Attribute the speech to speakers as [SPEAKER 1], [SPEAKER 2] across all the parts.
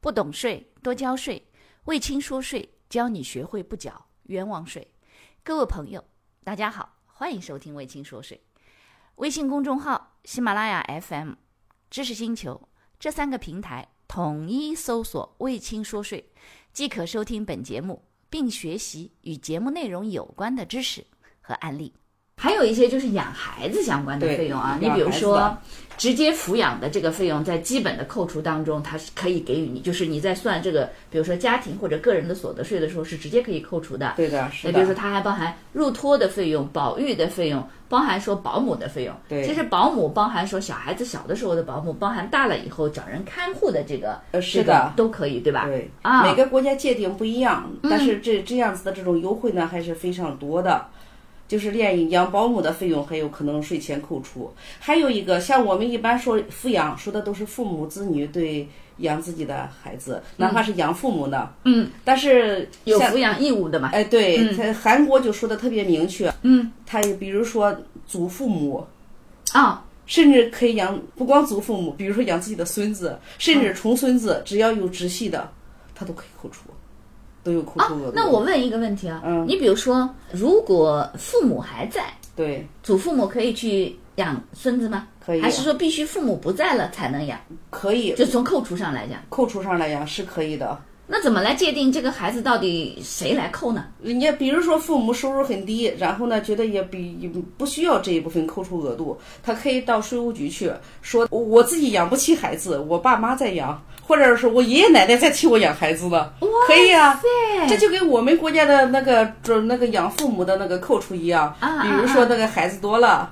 [SPEAKER 1] 不懂税多交税，卫青说税教你学会不缴冤枉税。各位朋友，大家好，欢迎收听卫青说税。微信公众号、喜马拉雅 FM、知识星球这三个平台统一搜索“卫青说税”，即可收听本节目，并学习与节目内容有关的知识和案例。还有一些就是养孩子相关的
[SPEAKER 2] 对
[SPEAKER 1] 费用啊，你
[SPEAKER 2] 养
[SPEAKER 1] 比如
[SPEAKER 2] 孩子
[SPEAKER 1] 说
[SPEAKER 2] 的
[SPEAKER 1] 直接抚养的这个费用，在基本的扣除当中，它是可以给予你，就是你在算这个，比如说家庭或者个人的所得税的时候，是直接可以扣除的。
[SPEAKER 2] 对的，是
[SPEAKER 1] 也
[SPEAKER 2] 的，
[SPEAKER 1] 就是说，它还包含入托的费用、保育的费用，包含说保姆的费用。
[SPEAKER 2] 对
[SPEAKER 1] 其实保姆包含说小孩子小的时候的保姆，包含大了以后找人看护的这个，
[SPEAKER 2] 呃是的
[SPEAKER 1] 这个都可以，对吧？
[SPEAKER 2] 对
[SPEAKER 1] 啊，嗯
[SPEAKER 2] 每个国家界定不一样，但是这这样子的这种优惠呢还是非常多的。就是连养保姆的费用还有可能税前扣除，还有一个像我们一般说抚养，说的都是父母子女对养自己的孩子，哪怕是养父母呢，
[SPEAKER 1] 嗯，
[SPEAKER 2] 但是
[SPEAKER 1] 有
[SPEAKER 2] 像
[SPEAKER 1] 抚养义务的嘛。
[SPEAKER 2] 哎，对，他韩国就说的特别明确，
[SPEAKER 1] 嗯，
[SPEAKER 2] 他比如说祖父母，
[SPEAKER 1] 啊，
[SPEAKER 2] 甚至可以养不光祖父母，比如说养自己的孙
[SPEAKER 1] 嗯
[SPEAKER 2] 子，甚至重孙子，只要有直系的，他都可以扣除，都有扣
[SPEAKER 1] 啊
[SPEAKER 2] 除额度。
[SPEAKER 1] 那我问一个问题啊，
[SPEAKER 2] 嗯
[SPEAKER 1] 你比如说，如果父母还在，
[SPEAKER 2] 对
[SPEAKER 1] 祖父母可以去养孙子吗？
[SPEAKER 2] 可以啊
[SPEAKER 1] 还是说必须父母不在了才能养？
[SPEAKER 2] 可以
[SPEAKER 1] 就从扣除上来讲，
[SPEAKER 2] 扣除上来养是可以的。
[SPEAKER 1] 那怎么来界定这个孩子到底谁来扣呢？
[SPEAKER 2] 人家比如说父母收入很低，然后呢觉得也比也不需要这一部分扣除额度，他可以到税务局去说，我我自己养不起孩子，我爸妈在养，或者是我爷爷奶奶在替我养孩子呢，可以啊，这就跟我们国家的那个准那个养父母的那个扣除一样
[SPEAKER 1] 啊，
[SPEAKER 2] 比如说那个孩子多了。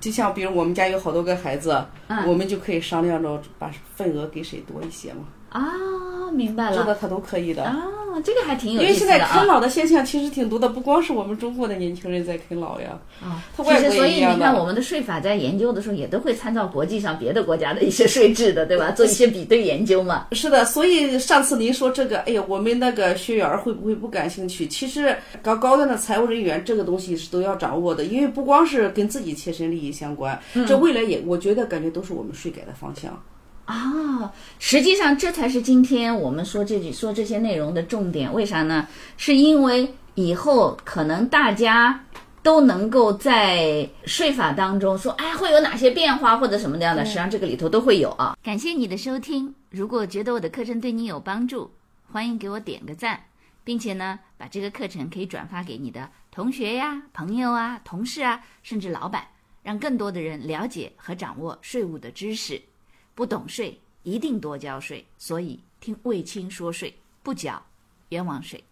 [SPEAKER 2] 就像比如我们家有好多个孩子，
[SPEAKER 1] 嗯
[SPEAKER 2] 我们就可以商量着把份额给谁多一些嘛，
[SPEAKER 1] 啊，明白
[SPEAKER 2] 这
[SPEAKER 1] 了。
[SPEAKER 2] 个他都可以的。
[SPEAKER 1] 啊，这个还挺有
[SPEAKER 2] 因
[SPEAKER 1] 意
[SPEAKER 2] 为现
[SPEAKER 1] 思的
[SPEAKER 2] 在啃
[SPEAKER 1] 啊。
[SPEAKER 2] 老的现象其实挺多的，不光是我们中国的年轻人在啃老呀，
[SPEAKER 1] 啊
[SPEAKER 2] 他
[SPEAKER 1] 其
[SPEAKER 2] 外
[SPEAKER 1] 实，
[SPEAKER 2] 国
[SPEAKER 1] 所
[SPEAKER 2] 也
[SPEAKER 1] 以
[SPEAKER 2] 一样
[SPEAKER 1] 你看，我
[SPEAKER 2] 的。
[SPEAKER 1] 们的税法在研究的时候，也都会参照国际上别的国家的一些税制的，对吧？做一些比对研究嘛。
[SPEAKER 2] 是的，所以上次您说这个，哎呀，我们那个学员儿会不会不感兴趣？其实搞高端的财务人员这个东西是都要掌握的，因为不光是跟自己切身利益相关，这未来也我觉得感觉都是我们税改的方向。
[SPEAKER 1] 啊，实际上这才是今天我们说这句说这些内容的重点。为啥呢？是因为以后可能大家都能够在税法当中说，哎，会有哪些变化或者什么样的，实际上这个里头都会有啊。感谢你的收听，如果觉得我的课程对你有帮助，欢迎给我点个赞，并且呢，把这个课程可以转发给你的同学呀、朋友啊、同事啊，甚至老板，让更多的人了解和掌握税务的知识。不懂税一定多交税，所以听卫青说税，不缴冤枉税。